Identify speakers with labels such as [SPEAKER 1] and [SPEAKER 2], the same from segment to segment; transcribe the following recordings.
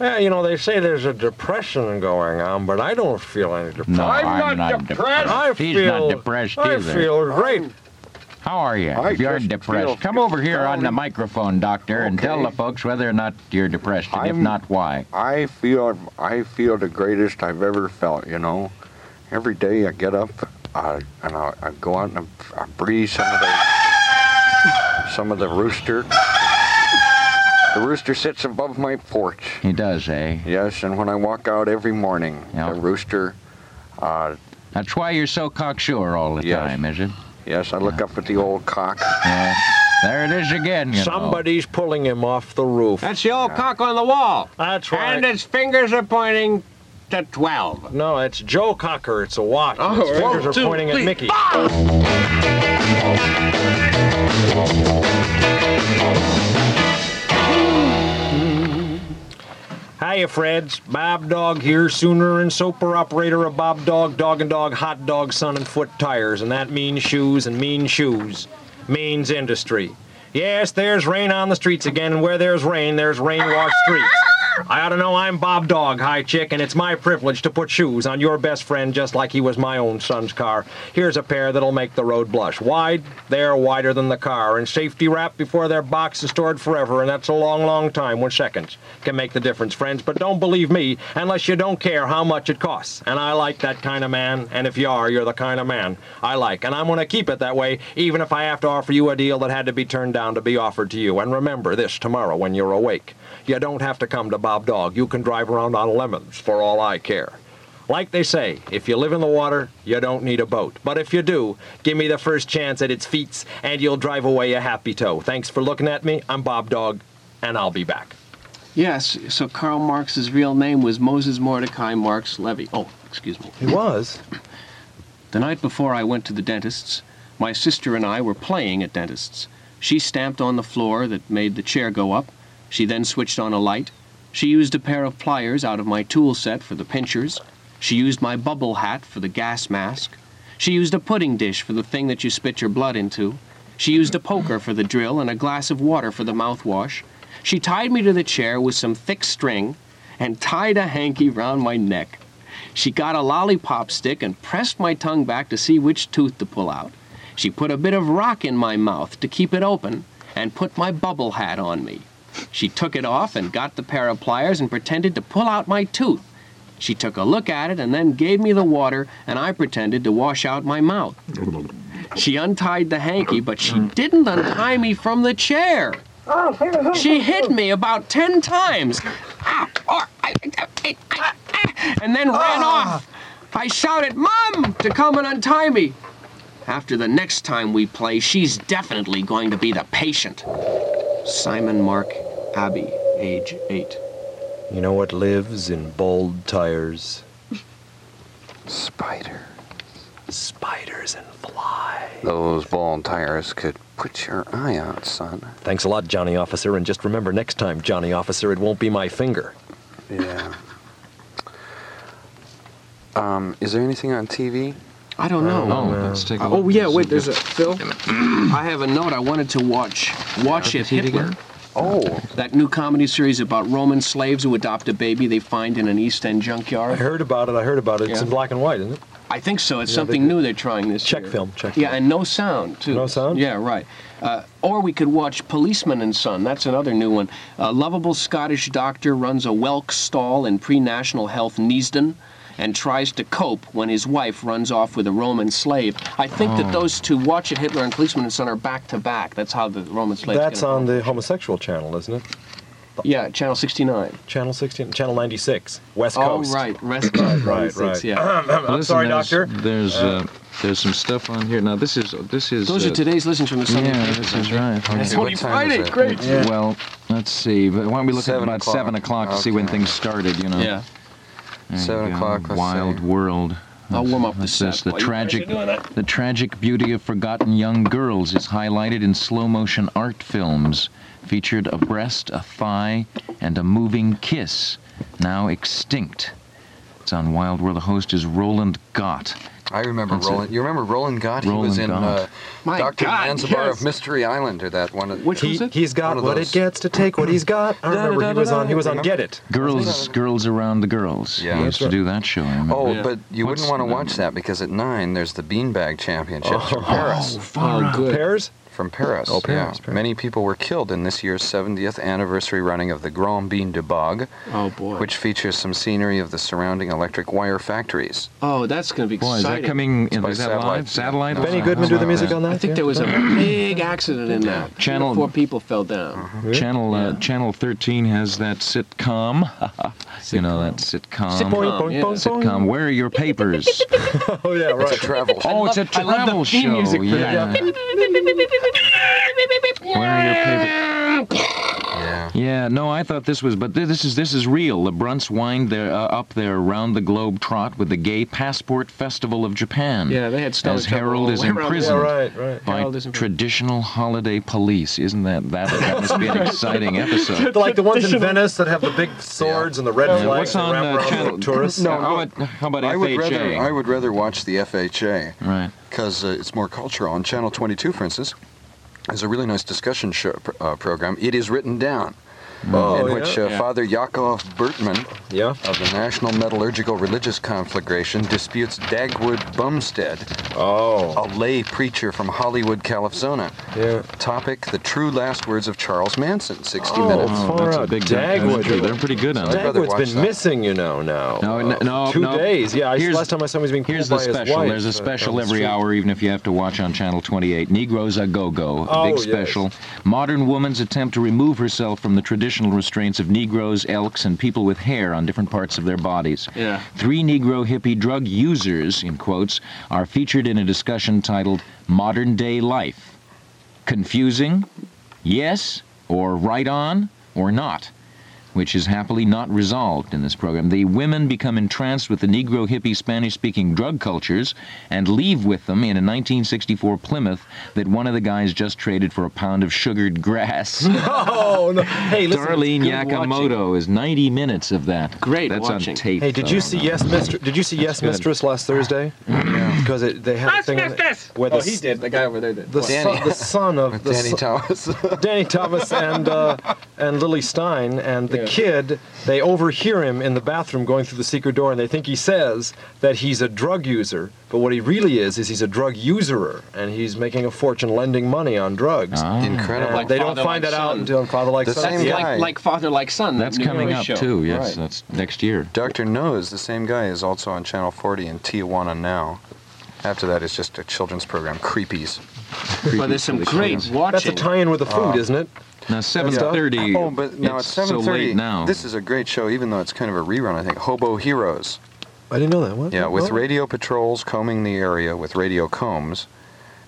[SPEAKER 1] Yeah, you know, they say there's a depression going on, but I don't feel any depression.
[SPEAKER 2] No,
[SPEAKER 1] I,
[SPEAKER 2] I'm,
[SPEAKER 3] I'm
[SPEAKER 2] not,
[SPEAKER 3] not
[SPEAKER 2] depressed.
[SPEAKER 3] depressed.
[SPEAKER 1] I
[SPEAKER 2] He's
[SPEAKER 1] feel,
[SPEAKER 2] not depressed
[SPEAKER 1] I
[SPEAKER 2] either.
[SPEAKER 1] feel great.
[SPEAKER 2] How are you?
[SPEAKER 3] I
[SPEAKER 2] if you're
[SPEAKER 3] just feel
[SPEAKER 2] depressed, come over here on the
[SPEAKER 3] down.
[SPEAKER 2] microphone, doctor, and tell the
[SPEAKER 3] Okay.
[SPEAKER 2] folks whether or not you're depressed, and if
[SPEAKER 3] I'm-
[SPEAKER 2] not, why.
[SPEAKER 3] I feel I feel the greatest I've ever felt. You know, every day I get up I, and I, I go out and I, I breathe some of the some of the rooster. The rooster sits above my porch.
[SPEAKER 2] He does, eh?
[SPEAKER 3] Yes, and when I walk out every morning,
[SPEAKER 2] Yeah.
[SPEAKER 3] the rooster. Uh,
[SPEAKER 2] That's why you're so cocksure all the
[SPEAKER 3] Yes.
[SPEAKER 2] time, is it?
[SPEAKER 3] yes, I look up at the old cock.
[SPEAKER 2] Yeah. There it is again. You Know.
[SPEAKER 1] Somebody's pulling him off the roof.
[SPEAKER 4] That's the old cock on the wall.
[SPEAKER 1] That's right.
[SPEAKER 4] And its fingers are pointing to 12.
[SPEAKER 1] No, it's Joe Cocker. It's a watch.
[SPEAKER 4] Oh,
[SPEAKER 1] Its fingers
[SPEAKER 4] one,
[SPEAKER 1] are
[SPEAKER 4] two,
[SPEAKER 1] pointing
[SPEAKER 4] three,
[SPEAKER 1] at Mickey. Hiya, Freds. Bob Dog here, sooner and soper operator of Bob Dog, Dog and Dog, Hot Dog, Sun and Foot Tires, and that means shoes and mean shoes. Means industry. Yes, there's rain on the streets again, and where there's rain, there's rain washed streets. I ought to know I'm Bob Dog, hi chick, and it's my privilege to put shoes on your best friend just like he was my own son's car. Here's a pair that'll make the road blush. Wide, they're wider than the car, and safety wrapped before their box is stored forever, and that's a long, long time when seconds can make the difference, friends. But don't believe me unless you don't care how much it costs. And I like that kind of man, and if you are, you're the kind of man I like, and I'm going to keep it that way, even if I have to offer you a deal that had to be turned down to be offered to you. And remember this tomorrow when you're awake. You don't have to come to Bob Dog. You can drive around on lemons for all I care. Like they say, if you live in the water, you don't need a boat. But if you do, give me the first chance at its feats, and you'll drive away a happy toe. Thanks for looking at me. I'm Bob Dog, and I'll be back.
[SPEAKER 5] Yes, so Karl Marx's real name was Moses Mordecai Marx Levy. Oh, excuse me.
[SPEAKER 6] He was.
[SPEAKER 5] The night before I went to the dentist's, my sister and I were playing at dentist's. She stamped on the floor that made the chair go up. She then switched on a light. She used a pair of pliers out of my tool set for the pinchers. She used my bubble hat for the gas mask. She used a pudding dish for the thing that you spit your blood into. She used a poker for the drill and a glass of water for the mouthwash. She tied me to the chair with some thick string and tied a hanky round my neck. She got a lollipop stick and pressed my tongue back to see which tooth to pull out. She put a bit of rock in my mouth to keep it open and put my bubble hat on me. She took it off and got the pair of pliers and pretended to pull out my tooth. She took a look at it and then gave me the water and I pretended to wash out my mouth. She untied the hanky, but she didn't untie me from the chair. She hit me about ten times. Ah, or, I, I, I, I, ah, and then ran off. I shouted, Mom, to come and untie me. After the next time we play, she's definitely going to be the patient. Simon Mark Abbey, age eight.
[SPEAKER 6] You know what lives in bald tires?
[SPEAKER 3] Spider.
[SPEAKER 6] Spiders and flies.
[SPEAKER 3] Those ball tires could put your eye out, son.
[SPEAKER 6] Thanks a lot, Johnny Officer, and just remember next time, Johnny Officer, it won't be my finger.
[SPEAKER 3] Yeah. Um, is there anything on TV?
[SPEAKER 5] I don't know.
[SPEAKER 2] let's take a
[SPEAKER 5] Oh, yeah, wait, there's a. Phil? I have a note I wanted to watch. Watch it, Hitler.
[SPEAKER 3] Oh,
[SPEAKER 5] That new comedy series about Roman slaves who adopt a baby they find in an East End
[SPEAKER 6] I
[SPEAKER 5] junkyard.
[SPEAKER 6] heard about it. I heard about it. It's
[SPEAKER 5] Yeah.
[SPEAKER 6] in black and white, isn't it?
[SPEAKER 5] I think so. It's
[SPEAKER 6] Yeah,
[SPEAKER 5] something
[SPEAKER 6] they-
[SPEAKER 5] new they're trying this
[SPEAKER 6] Check
[SPEAKER 5] year.
[SPEAKER 6] film, check
[SPEAKER 5] Yeah,
[SPEAKER 6] film.
[SPEAKER 5] and no sound too.
[SPEAKER 6] No sound?
[SPEAKER 5] Yeah, right. Uh, or we could watch Policeman and Son. That's another new one. A lovable Scottish doctor runs a Welk stall in pre-national health Neasden, and tries to cope when his wife runs off with a Roman slave. I think that those two, Watch It, Hitler and Policeman and Son, are back to back. That's how the Roman slaves. get
[SPEAKER 6] That's on
[SPEAKER 5] involved.
[SPEAKER 6] the homosexual channel, isn't it?
[SPEAKER 5] Yeah, Channel 69.
[SPEAKER 6] Channel 16, Channel 96, West
[SPEAKER 5] Oh,
[SPEAKER 6] Coast.
[SPEAKER 5] right, Rest Guard.
[SPEAKER 6] Right,
[SPEAKER 5] 96,
[SPEAKER 6] right.
[SPEAKER 5] Yeah.
[SPEAKER 2] I'm
[SPEAKER 6] sorry, Doctor.
[SPEAKER 2] There's uh, there's some stuff on here. Now this is this is.
[SPEAKER 5] Those
[SPEAKER 2] uh,
[SPEAKER 5] are today's listings from the Sunday
[SPEAKER 2] Yeah,
[SPEAKER 5] papers.
[SPEAKER 2] this is right.
[SPEAKER 5] It's
[SPEAKER 2] Okay.
[SPEAKER 5] only
[SPEAKER 3] what time is
[SPEAKER 5] Friday.
[SPEAKER 3] it?
[SPEAKER 5] Great.
[SPEAKER 2] Well, let's see. But Why don't we look at
[SPEAKER 3] Seven
[SPEAKER 2] about
[SPEAKER 3] o'clock.
[SPEAKER 2] seven o'clock to see when
[SPEAKER 3] Okay.
[SPEAKER 2] things started? You know.
[SPEAKER 1] Mm,
[SPEAKER 5] Yeah.
[SPEAKER 2] There you
[SPEAKER 3] Seven
[SPEAKER 2] go.
[SPEAKER 3] o'clock, let's
[SPEAKER 2] Wild
[SPEAKER 3] see.
[SPEAKER 2] world.
[SPEAKER 5] I'll warm up the
[SPEAKER 2] This is
[SPEAKER 5] set.
[SPEAKER 2] the
[SPEAKER 5] while you guys are
[SPEAKER 2] tragic,
[SPEAKER 5] doing that.
[SPEAKER 2] the tragic beauty of forgotten young girls is highlighted in slow motion art films, featured a breast, a thigh, and a moving kiss, now extinct. It's on Wild World. The host is Roland Gott.
[SPEAKER 7] I remember
[SPEAKER 2] That's
[SPEAKER 7] Roland.
[SPEAKER 2] it.
[SPEAKER 7] You remember Roland Gott? he
[SPEAKER 2] Roland
[SPEAKER 7] was in
[SPEAKER 2] Gott.
[SPEAKER 7] uh,
[SPEAKER 8] My
[SPEAKER 7] Dr.
[SPEAKER 8] God,
[SPEAKER 7] Zanzibar
[SPEAKER 8] yes.
[SPEAKER 7] of Mystery Island or that one. Of,
[SPEAKER 5] Which
[SPEAKER 1] He,
[SPEAKER 5] was it?
[SPEAKER 1] he's got
[SPEAKER 7] One of
[SPEAKER 1] what it
[SPEAKER 7] those.
[SPEAKER 1] gets to take what he's got. I remember he was on. He was on
[SPEAKER 7] Da-da-da-da-da.
[SPEAKER 1] Get It.
[SPEAKER 2] Girls, girls around the girls.
[SPEAKER 7] Yeah.
[SPEAKER 2] we
[SPEAKER 7] That's
[SPEAKER 2] used to do that show. I remember.
[SPEAKER 7] Oh,
[SPEAKER 5] Yeah.
[SPEAKER 7] but you
[SPEAKER 2] What's
[SPEAKER 7] wouldn't want to
[SPEAKER 2] the-
[SPEAKER 7] watch that because at nine there's the Beanbag Championships from Paris.
[SPEAKER 1] Oh, good. Pears?
[SPEAKER 7] From Paris.
[SPEAKER 1] Oh, Paris,
[SPEAKER 7] yeah.
[SPEAKER 1] Paris.
[SPEAKER 7] Many people were killed in this year's 70th anniversary running of the Grand Bean de Bog,
[SPEAKER 5] Oh boy.
[SPEAKER 7] which features some scenery of the surrounding electric wire factories.
[SPEAKER 5] oh, that's going to be
[SPEAKER 2] Boy, is
[SPEAKER 5] exciting.
[SPEAKER 2] that coming? Is
[SPEAKER 7] by
[SPEAKER 2] that
[SPEAKER 7] satellite.
[SPEAKER 2] live? Satellite? or
[SPEAKER 1] Benny
[SPEAKER 2] something
[SPEAKER 1] Goodman do the
[SPEAKER 2] like
[SPEAKER 1] music
[SPEAKER 2] that?
[SPEAKER 1] on that?
[SPEAKER 5] I think there was a big accident in that. Three or
[SPEAKER 2] Channel-
[SPEAKER 5] Four people fell down.
[SPEAKER 2] Channel uh, Channel 13 has that sitcom. You know that sitcom.
[SPEAKER 5] Sitcom. uh, yeah.
[SPEAKER 2] Sitcom. Where are your papers?
[SPEAKER 1] Oh yeah,
[SPEAKER 7] It's a
[SPEAKER 1] right.
[SPEAKER 7] travel.
[SPEAKER 2] oh, it's a travel show. yeah. Where are your papers?
[SPEAKER 7] Yeah.
[SPEAKER 2] Yeah, no, I thought this was, but thi- this is this is real. The Brunts wind their, uh, up their round the globe trot with the Gay Passport Festival of Japan.
[SPEAKER 5] Yeah, they had stomach
[SPEAKER 2] As
[SPEAKER 5] trouble
[SPEAKER 2] Harold
[SPEAKER 5] all
[SPEAKER 2] is
[SPEAKER 5] the way around.
[SPEAKER 1] Yeah,
[SPEAKER 2] imprisoned
[SPEAKER 1] right, right.
[SPEAKER 2] by
[SPEAKER 5] Harold is imprisoned.
[SPEAKER 2] traditional holiday police. Isn't that that, that must be an exciting episode?
[SPEAKER 1] Like the ones in Venice that have the big swords and the red
[SPEAKER 2] Yeah,
[SPEAKER 1] flags
[SPEAKER 2] what's
[SPEAKER 1] that
[SPEAKER 2] on
[SPEAKER 1] wrap
[SPEAKER 2] uh,
[SPEAKER 1] around
[SPEAKER 2] channel?
[SPEAKER 1] the tourists.
[SPEAKER 7] No,
[SPEAKER 2] how about, how about
[SPEAKER 7] I would
[SPEAKER 2] FHA?
[SPEAKER 7] rather I would rather watch the FHA.
[SPEAKER 2] right.
[SPEAKER 7] because uh, it's more cultural. On Channel 22, for instance, is a really nice discussion show, pr- uh, program. It is written down,
[SPEAKER 1] Oh,
[SPEAKER 7] in
[SPEAKER 1] yeah.
[SPEAKER 7] which uh,
[SPEAKER 5] Yeah.
[SPEAKER 7] Father Yakov Bertman
[SPEAKER 1] Yeah.
[SPEAKER 7] of the National Metallurgical Religious Conflagration disputes Dagwood Bumstead,
[SPEAKER 1] Oh.
[SPEAKER 7] a lay preacher from Hollywood, California.
[SPEAKER 1] Yeah.
[SPEAKER 7] Topic: The True Last Words of Charles Manson. 60
[SPEAKER 1] Oh,
[SPEAKER 7] minutes.
[SPEAKER 2] Oh,
[SPEAKER 1] Far
[SPEAKER 2] that's a
[SPEAKER 1] out.
[SPEAKER 2] big
[SPEAKER 1] Dagwood.
[SPEAKER 2] documentary. They're pretty good on
[SPEAKER 7] Dag-
[SPEAKER 2] it.
[SPEAKER 7] brother
[SPEAKER 1] Dagwood's
[SPEAKER 7] watched
[SPEAKER 1] been
[SPEAKER 7] that.
[SPEAKER 1] missing, you know. Now.
[SPEAKER 2] No,
[SPEAKER 1] Uh,
[SPEAKER 2] no, no,
[SPEAKER 1] Two
[SPEAKER 2] no.
[SPEAKER 1] days. Yeah. I,
[SPEAKER 2] Here's-
[SPEAKER 1] last time I saw him, he was being
[SPEAKER 2] Here's
[SPEAKER 1] pulled
[SPEAKER 2] the
[SPEAKER 1] by his
[SPEAKER 2] special.
[SPEAKER 1] wife.
[SPEAKER 2] There's a
[SPEAKER 1] uh,
[SPEAKER 2] special
[SPEAKER 1] down the
[SPEAKER 2] every
[SPEAKER 1] street.
[SPEAKER 2] hour, even if you have to watch on Channel 28. Negroes a go go.
[SPEAKER 1] Oh,
[SPEAKER 2] big
[SPEAKER 1] yes.
[SPEAKER 2] special. Modern woman's attempt to remove herself from the traditional restraints of Negroes, elks, and people with hair on different parts of their bodies.
[SPEAKER 5] Yeah.
[SPEAKER 2] Three Negro hippie drug users, in quotes, are featured in a discussion titled Modern Day Life. Confusing? Yes? Or right on? Or not? which is happily not resolved in this program. The women become entranced with the Negro hippie Spanish speaking drug cultures and leave with them in a 1964 Plymouth that one of the guys just traded for a pound of sugared grass.
[SPEAKER 1] Oh no! Hey, listen.
[SPEAKER 2] Darlene
[SPEAKER 5] good
[SPEAKER 2] Yakamoto is 90 minutes of that.
[SPEAKER 5] Great
[SPEAKER 2] That's
[SPEAKER 5] watching.
[SPEAKER 2] on tape.
[SPEAKER 1] Hey, did you
[SPEAKER 2] though.
[SPEAKER 1] see Yes, Mister? Did you see Yes,
[SPEAKER 2] good.
[SPEAKER 1] Mistress last Thursday? Because it they had a
[SPEAKER 8] Yes,
[SPEAKER 1] thing on it
[SPEAKER 8] Mistress!
[SPEAKER 1] where the
[SPEAKER 5] Oh, he
[SPEAKER 1] s-
[SPEAKER 5] did. The guy over there did.
[SPEAKER 1] The
[SPEAKER 5] Well,
[SPEAKER 7] Danny.
[SPEAKER 1] son, the son of the
[SPEAKER 7] Danny
[SPEAKER 1] son-
[SPEAKER 7] Towers.
[SPEAKER 1] Danny Thomas and uh, and Lily Stein and the kid, they overhear him in the bathroom going through the secret door, and they think he says that he's a drug user, but what he really is is he's a drug userer, and he's making a fortune lending money on drugs. And
[SPEAKER 7] Ah. Incredible.
[SPEAKER 5] Like
[SPEAKER 1] they don't
[SPEAKER 5] Father
[SPEAKER 1] find
[SPEAKER 5] Like
[SPEAKER 1] that out
[SPEAKER 5] Son.
[SPEAKER 1] until Father Like
[SPEAKER 7] The
[SPEAKER 1] Son.
[SPEAKER 7] same
[SPEAKER 5] that's
[SPEAKER 1] yeah.
[SPEAKER 7] guy.
[SPEAKER 5] like, like father, like son.
[SPEAKER 2] That's
[SPEAKER 5] the new
[SPEAKER 2] coming up,
[SPEAKER 5] show.
[SPEAKER 2] too. Yes,
[SPEAKER 7] Right.
[SPEAKER 2] that's next year.
[SPEAKER 7] Dr. Nose, the same guy, is also on Channel 40 in Tijuana now. After that, it's just a children's program, Creepies.
[SPEAKER 5] But there's some great
[SPEAKER 1] That's a
[SPEAKER 5] watching.
[SPEAKER 1] tie-in with the
[SPEAKER 7] Ah.
[SPEAKER 1] food, isn't it?
[SPEAKER 2] Now, 7.30.
[SPEAKER 7] Oh, but now it's, 7:30.
[SPEAKER 2] so late now.
[SPEAKER 7] This is a great show, even though it's kind of a rerun. I think Hobo Heroes.
[SPEAKER 1] I didn't know that. What?
[SPEAKER 7] Yeah, with
[SPEAKER 1] Oh.
[SPEAKER 7] radio patrols combing the area with radio combs,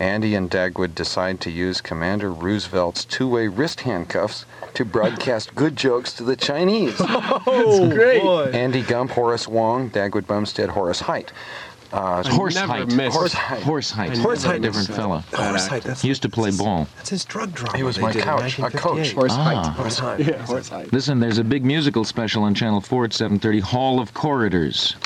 [SPEAKER 7] Andy and Dagwood decide to use Commander Roosevelt's two-way wrist handcuffs to broadcast good jokes to the Chinese.
[SPEAKER 1] Oh,
[SPEAKER 5] great.
[SPEAKER 1] boy.
[SPEAKER 7] Andy Gump, Horace Wong, Dagwood Bumstead, Horace Height. Uh,
[SPEAKER 5] I
[SPEAKER 2] Horse
[SPEAKER 5] never
[SPEAKER 2] height.
[SPEAKER 5] miss.
[SPEAKER 7] Horse height.
[SPEAKER 2] Horse height.
[SPEAKER 1] Horse height.
[SPEAKER 2] Different fella.
[SPEAKER 1] Horse height, that's-
[SPEAKER 2] He used to play ball.
[SPEAKER 1] That's his drug drama.
[SPEAKER 7] uh, He was
[SPEAKER 1] they
[SPEAKER 7] my
[SPEAKER 1] did in
[SPEAKER 7] couch, a coach.
[SPEAKER 1] 1958.
[SPEAKER 5] Horse
[SPEAKER 2] Ah.
[SPEAKER 5] height.
[SPEAKER 1] Horse height.
[SPEAKER 5] Yeah, horse height.
[SPEAKER 2] Listen, there's a big musical special on Channel 4 at 7:30. Hall of Corridors.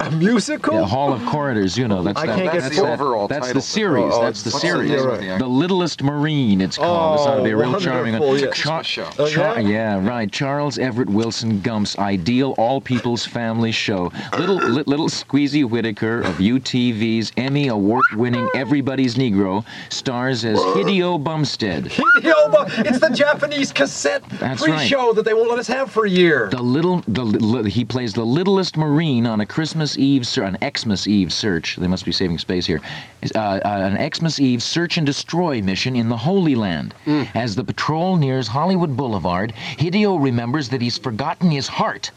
[SPEAKER 1] A musical?
[SPEAKER 2] Yeah, Hall of Corridors. You know, that's
[SPEAKER 1] I
[SPEAKER 2] that,
[SPEAKER 1] can't get
[SPEAKER 2] that's
[SPEAKER 1] full-
[SPEAKER 2] that-
[SPEAKER 7] overall
[SPEAKER 2] That's
[SPEAKER 7] title.
[SPEAKER 2] the series.
[SPEAKER 1] Oh,
[SPEAKER 2] that's the
[SPEAKER 7] what's the
[SPEAKER 2] series.
[SPEAKER 7] name
[SPEAKER 2] The,
[SPEAKER 7] of the act-
[SPEAKER 2] Littlest Marine. It's called. it's
[SPEAKER 1] Oh,
[SPEAKER 2] ought to be a real charming.
[SPEAKER 1] wonderful, yes.
[SPEAKER 2] Char-
[SPEAKER 7] Show.
[SPEAKER 1] Oh,
[SPEAKER 2] Char-
[SPEAKER 1] yeah?
[SPEAKER 2] yeah? right. Charles Everett Wilson Gump's ideal all people's family show. Little li- little Squeezy Whittaker of UTV's Emmy award-winning Everybody's Negro stars as Hideo Bumstead.
[SPEAKER 1] Yoba, it's the Japanese cassette
[SPEAKER 2] That's
[SPEAKER 1] free
[SPEAKER 2] right.
[SPEAKER 1] show that they won't let us have for a year.
[SPEAKER 2] The little, the li- he plays the littlest marine on a Christmas Eve, ser- an Xmas Eve search. They must be saving space here. Is, Uh, uh, an Xmas Eve search and destroy mission in the Holy Land. As the patrol nears Hollywood Boulevard, Hideo remembers that he's forgotten his heart.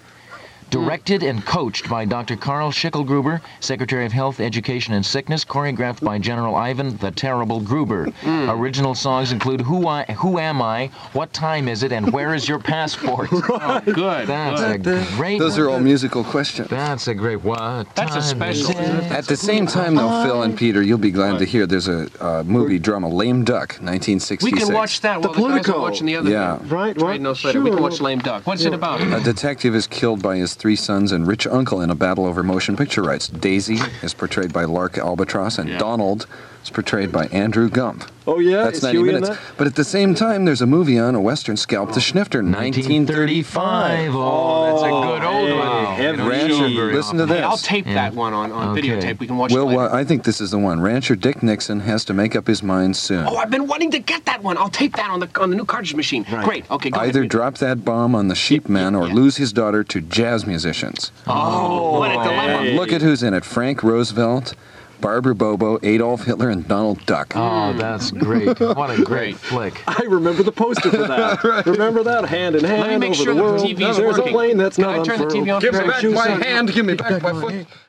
[SPEAKER 2] Directed and coached by Dr. Carl Schickelgruber, Secretary of Health, Education, and Sickness, choreographed by General Ivan the Terrible Gruber. Original songs include Who, I, Who Am I, What Time Is It, and Where Is Your Passport?
[SPEAKER 5] Good.
[SPEAKER 2] That's
[SPEAKER 5] good.
[SPEAKER 2] a great.
[SPEAKER 9] Those are all musical questions.
[SPEAKER 2] That's a great what?
[SPEAKER 5] That's a
[SPEAKER 2] time is
[SPEAKER 5] special.
[SPEAKER 2] it?
[SPEAKER 9] At the same time, though, Phil and Peter, you'll be glad to hear there's a uh, movie drama, Lame Duck, 1966.
[SPEAKER 5] We can watch that while the, guys are watching the other
[SPEAKER 9] Yeah.
[SPEAKER 5] thing.
[SPEAKER 1] Right,
[SPEAKER 5] Trade
[SPEAKER 1] right.
[SPEAKER 5] No Slater. We
[SPEAKER 1] Sure.
[SPEAKER 5] can watch Lame Duck. What's it about?
[SPEAKER 9] A detective is killed by his
[SPEAKER 7] three sons, and rich uncle in a battle over motion picture rights. Daisy is portrayed by Lark Albatross, and
[SPEAKER 5] Yeah.
[SPEAKER 7] Donald is portrayed by Andrew Gump.
[SPEAKER 1] Oh, yeah?
[SPEAKER 7] That's
[SPEAKER 1] Is
[SPEAKER 7] 90
[SPEAKER 1] Huey in
[SPEAKER 7] minutes.
[SPEAKER 1] that?
[SPEAKER 7] But at the same time, there's a movie on a Western Scalp the
[SPEAKER 5] Oh,
[SPEAKER 7] Schnifter, 1935.
[SPEAKER 2] 1935. Oh, that's a good old one.
[SPEAKER 10] hey,
[SPEAKER 2] You don't
[SPEAKER 10] heavy.
[SPEAKER 2] show it very
[SPEAKER 7] Listen to
[SPEAKER 2] often.
[SPEAKER 7] this.
[SPEAKER 5] Hey, I'll tape
[SPEAKER 2] Yeah.
[SPEAKER 5] that one on, on
[SPEAKER 2] Okay.
[SPEAKER 5] videotape. We can watch
[SPEAKER 7] Well,
[SPEAKER 5] it later.
[SPEAKER 7] well, I think this is the one. Rancher Dick Nixon has to make up his mind soon.
[SPEAKER 5] Oh, I've been wanting to get that one. I'll tape that on the on the new cartridge machine. Great. Okay, go
[SPEAKER 7] Either
[SPEAKER 5] ahead.
[SPEAKER 7] drop that bomb on the sheepman or
[SPEAKER 5] yeah.
[SPEAKER 7] lose his daughter to jazz musicians.
[SPEAKER 5] Oh, what a dilemma.
[SPEAKER 7] Look at who's in it Frank Roosevelt, Barbara Bobo, Adolf Hitler, and Donald Duck.
[SPEAKER 2] Oh, that's great. What a great flick.
[SPEAKER 1] I remember the poster for that. Remember that hand in hand
[SPEAKER 5] Let me make
[SPEAKER 1] over
[SPEAKER 5] sure
[SPEAKER 1] the
[SPEAKER 5] that
[SPEAKER 1] world.
[SPEAKER 5] the TV's
[SPEAKER 1] There's
[SPEAKER 5] working.
[SPEAKER 1] a plane that's
[SPEAKER 5] Can
[SPEAKER 1] not
[SPEAKER 5] I turn the
[SPEAKER 1] unfurled.
[SPEAKER 5] TV on?
[SPEAKER 1] Give me back my
[SPEAKER 7] hand, give me back my foot.